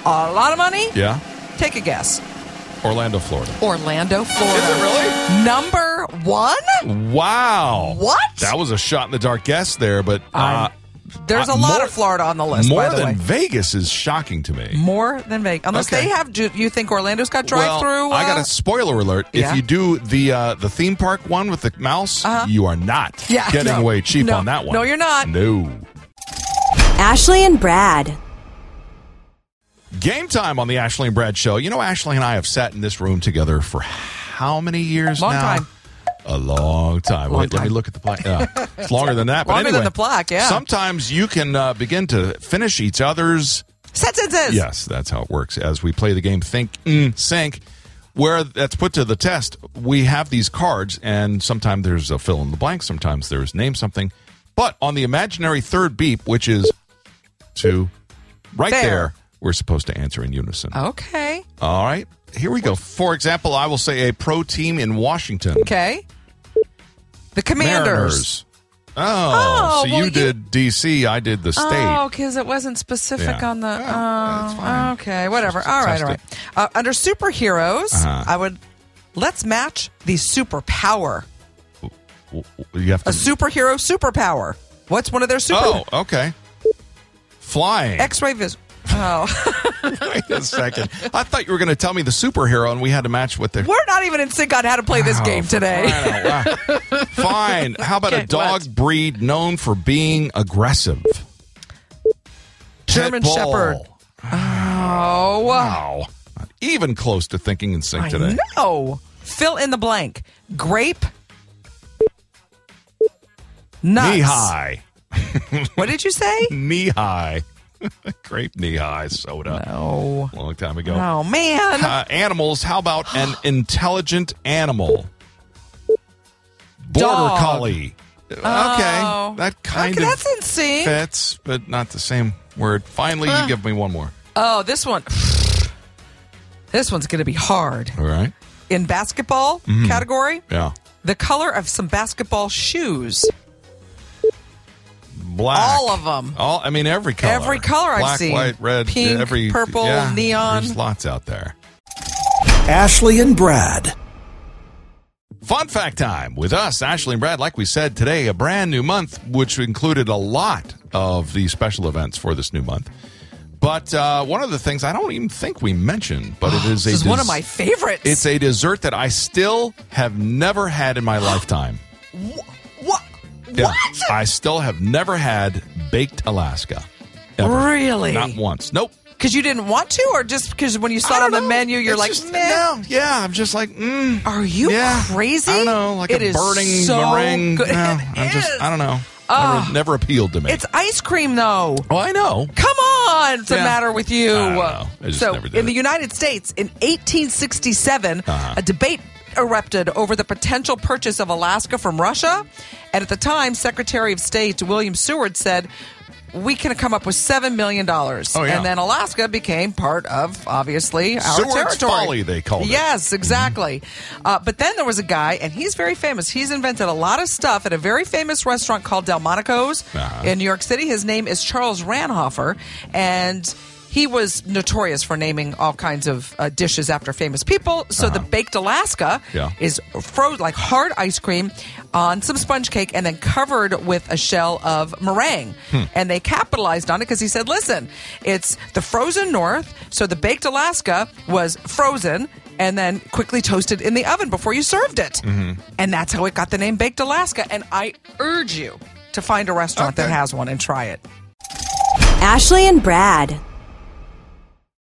B: a lot of money,
A: Yeah.
B: take a guess.
A: Orlando, Florida.
B: Orlando, Florida.
A: really?
B: Number one?
A: Wow.
B: What?
A: That was a shot in the dark guess there, but uh,
B: There's
A: Uh,
B: a lot
A: more-
B: of Florida on the list,
A: more
B: by the
A: than
B: way.
A: Vegas is shocking to me.
B: more than Vegas. Unless
A: Okay.
B: they have, do you think Orlando's got uh, drive through?
A: Well, I got a spoiler alert.
B: yeah. Uh-huh.
A: If you do the uh, the theme park one with the mouse, you are not
B: Yeah,
A: getting
B: no.
A: away cheap
B: No.
A: on that one.
B: No, you're not.
A: No.
H: Ashley and Brad.
A: Game time on the Ashley and Brad show. You know, Ashley and I have sat in this room together for how many years
B: Long
A: now?
B: time.
A: A long time. Wait, let me look at the plaque. Uh, it's longer than that. But
B: Longer than
A: anyway,
B: the plaque, yeah.
A: Sometimes you can uh, begin to finish each other's
B: sentences.
A: Yes, that's how it works. As we play the game Think mm, Sync, where that's put to the test, we have these cards, and sometimes there's a fill in the blank, sometimes there's name something. But on the imaginary third beep, which is two, right there,
B: There. Oh.
A: we're supposed to answer in unison.
B: Okay.
A: All right, here we go. For example, I will say a pro team in Washington.
B: Okay. The Commanders.
A: Mariners. Oh,
B: Oh,
A: so
B: well,
A: you,
B: you-
A: did DC, I did the state.
B: Oh, because it wasn't specific
A: Yeah.
B: on the.
A: Yeah, that's fine.
B: oh, okay, whatever.
A: Just
B: All right,
A: test
B: all right. Uh, under superheroes,
A: Uh-huh.
B: I would let's match the superpower.
A: W- w- You have to.
B: A superhero superpower. What's one of their super?
A: oh, okay. Flying.
B: X-ray vision. Oh,
A: Wait a second. I thought you were going to tell me the superhero, and we had to match what the.
B: we're not even in sync on how to play this
A: Oh,
B: game
A: for
B: today.
A: crying out loud. Fine. How about a
B: Okay,
A: dog
B: what?
A: breed known for being aggressive? Pit
B: German
A: bull.
B: Shepherd. Oh,
A: Wow. Not even close to thinking in sync today.
B: I know. Fill in the blank. Grape. Nuts.
A: Knee high.
B: What did you say?
A: Knee high. Grape knee high soda.
B: Oh.
A: Long time ago.
B: Oh man.
A: Uh, animals. How about an intelligent animal? Border
B: Dog.
A: collie. Okay,
B: Oh.
A: that kind
B: Okay,
A: of
B: that's in sync.
A: fits, but not the same word. Finally, you give me one more.
B: Oh, this one. This one's going to be hard.
A: All right.
B: In basketball
A: Mm-hmm.
B: category,
A: Yeah.
B: the color of some basketball shoes.
A: Black.
B: All of 'em.
A: All. I mean, every color.
B: Every color I've
A: Black,
B: seen.
A: White, red,
B: Pink,
A: yeah, every
B: purple,
A: yeah,
B: neon.
A: There's lots out there.
C: Ashley and Brad.
A: Fun fact time with us, Ashley and Brad. Like we said today, a brand new month, which included a lot of the special events for this new month. But uh, one of the things I don't even think we mentioned, but it is a
B: This is one of
A: des-
B: my favorites.
A: It's a dessert that I still have never had in my lifetime.
B: what?
A: Yeah. I still have never had baked Alaska. Ever.
B: Really?
A: Not once. Nope.
B: Because you didn't want to, or just because when you saw
A: I
B: it on
A: don't
B: the
A: know.
B: menu, you're
A: It's
B: like,
A: just-
B: "Meh."
A: no, yeah. I'm just like, mm,
B: Are you
A: yeah.
B: crazy?
A: I don't know, like
B: It
A: a
B: is
A: burning
B: so
A: meringue.
B: Good.
A: No,
B: It
A: I'm just,
B: is.
A: I don't know. Never, never appealed to me.
B: It's ice cream, though.
A: oh, I know.
B: Come on, what's
A: Yeah.
B: the matter with you?
A: I don't know. I just
B: so,
A: never did
B: in the
A: it. Uh-huh.
B: United States, in 1867, a debate erupted over the potential purchase of Alaska from Russia. And at the time, Secretary of State William Seward said, we can come up with seven million dollars,
A: Oh, yeah.
B: and then Alaska became part of obviously our
A: Seward's
B: territory.
A: Folly, they called it.
B: Yes, exactly. Uh, but then there was a guy, and he's very famous. He's invented a lot of stuff at a very famous restaurant called Delmonico's
A: Uh-huh.
B: in New York City. His name is Charles Ranhofer, and he was notorious for naming all kinds of uh, dishes after famous people. So the baked Alaska
A: Uh-huh. Yeah.
B: is froze like hard ice cream on some sponge cake and then covered with a shell of meringue. And they capitalized on it because he said, "Listen, it's the frozen north, so the baked Alaska was frozen." And then quickly toasted in the oven before you served it. And that's how it got the name Baked Alaska. And I urge you to find a restaurant that
A: Okay.
B: has one and try it.
H: Ashley and Brad.